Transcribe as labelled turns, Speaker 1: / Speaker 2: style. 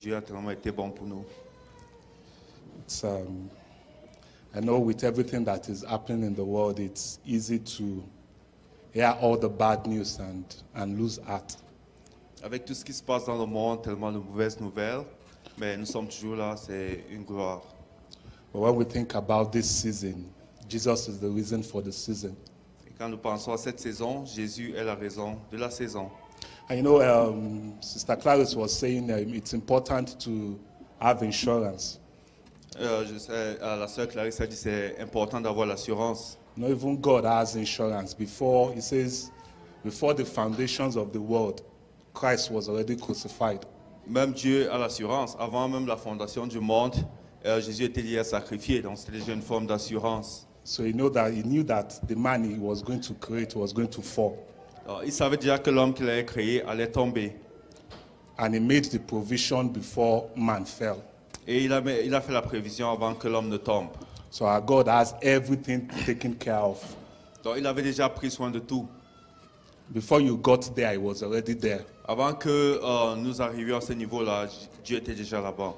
Speaker 1: Dieu a tellement été bon pour nous.
Speaker 2: It's, um, I know with everything that is happening in the world, it's easy to hear all the bad news and, and lose heart.
Speaker 1: Avec tout ce qui se passe dans le monde, tellement de mauvaises nouvelles, mais nous sommes toujours là, c'est une gloire.
Speaker 2: But when we think about this season, Jesus is the reason for the season.
Speaker 1: Et quand nous pensons à cette saison, Jésus est la raison de la saison.
Speaker 2: And you know, um, Sister Clarice was saying um, it's important to have insurance.
Speaker 1: Euh, je sais, euh, la sœur Clarisse a dit c'est important d'avoir l'assurance.
Speaker 2: You know, even God has insurance. Before, he says, before the foundations of the world, Christ was already crucified.
Speaker 1: Même Dieu a l'assurance. Avant même la fondation du monde, euh, Jésus était lié à sacrifier, donc c'était déjà une forme d'assurance.
Speaker 2: So you know that he knew that the man he was going to create was going to fall.
Speaker 1: Alors, il savait déjà que l'homme qu'il avait créé allait tomber.
Speaker 2: And he made the provision before man fell.
Speaker 1: Et il a, il a fait la prévision avant que l'homme ne tombe.
Speaker 2: So our God has everything taken care of.
Speaker 1: Donc il avait déjà pris soin de tout.
Speaker 2: Before you got there, he was already there.
Speaker 1: Avant que euh, nous arrivions à ce niveau-là, Dieu était déjà là-bas.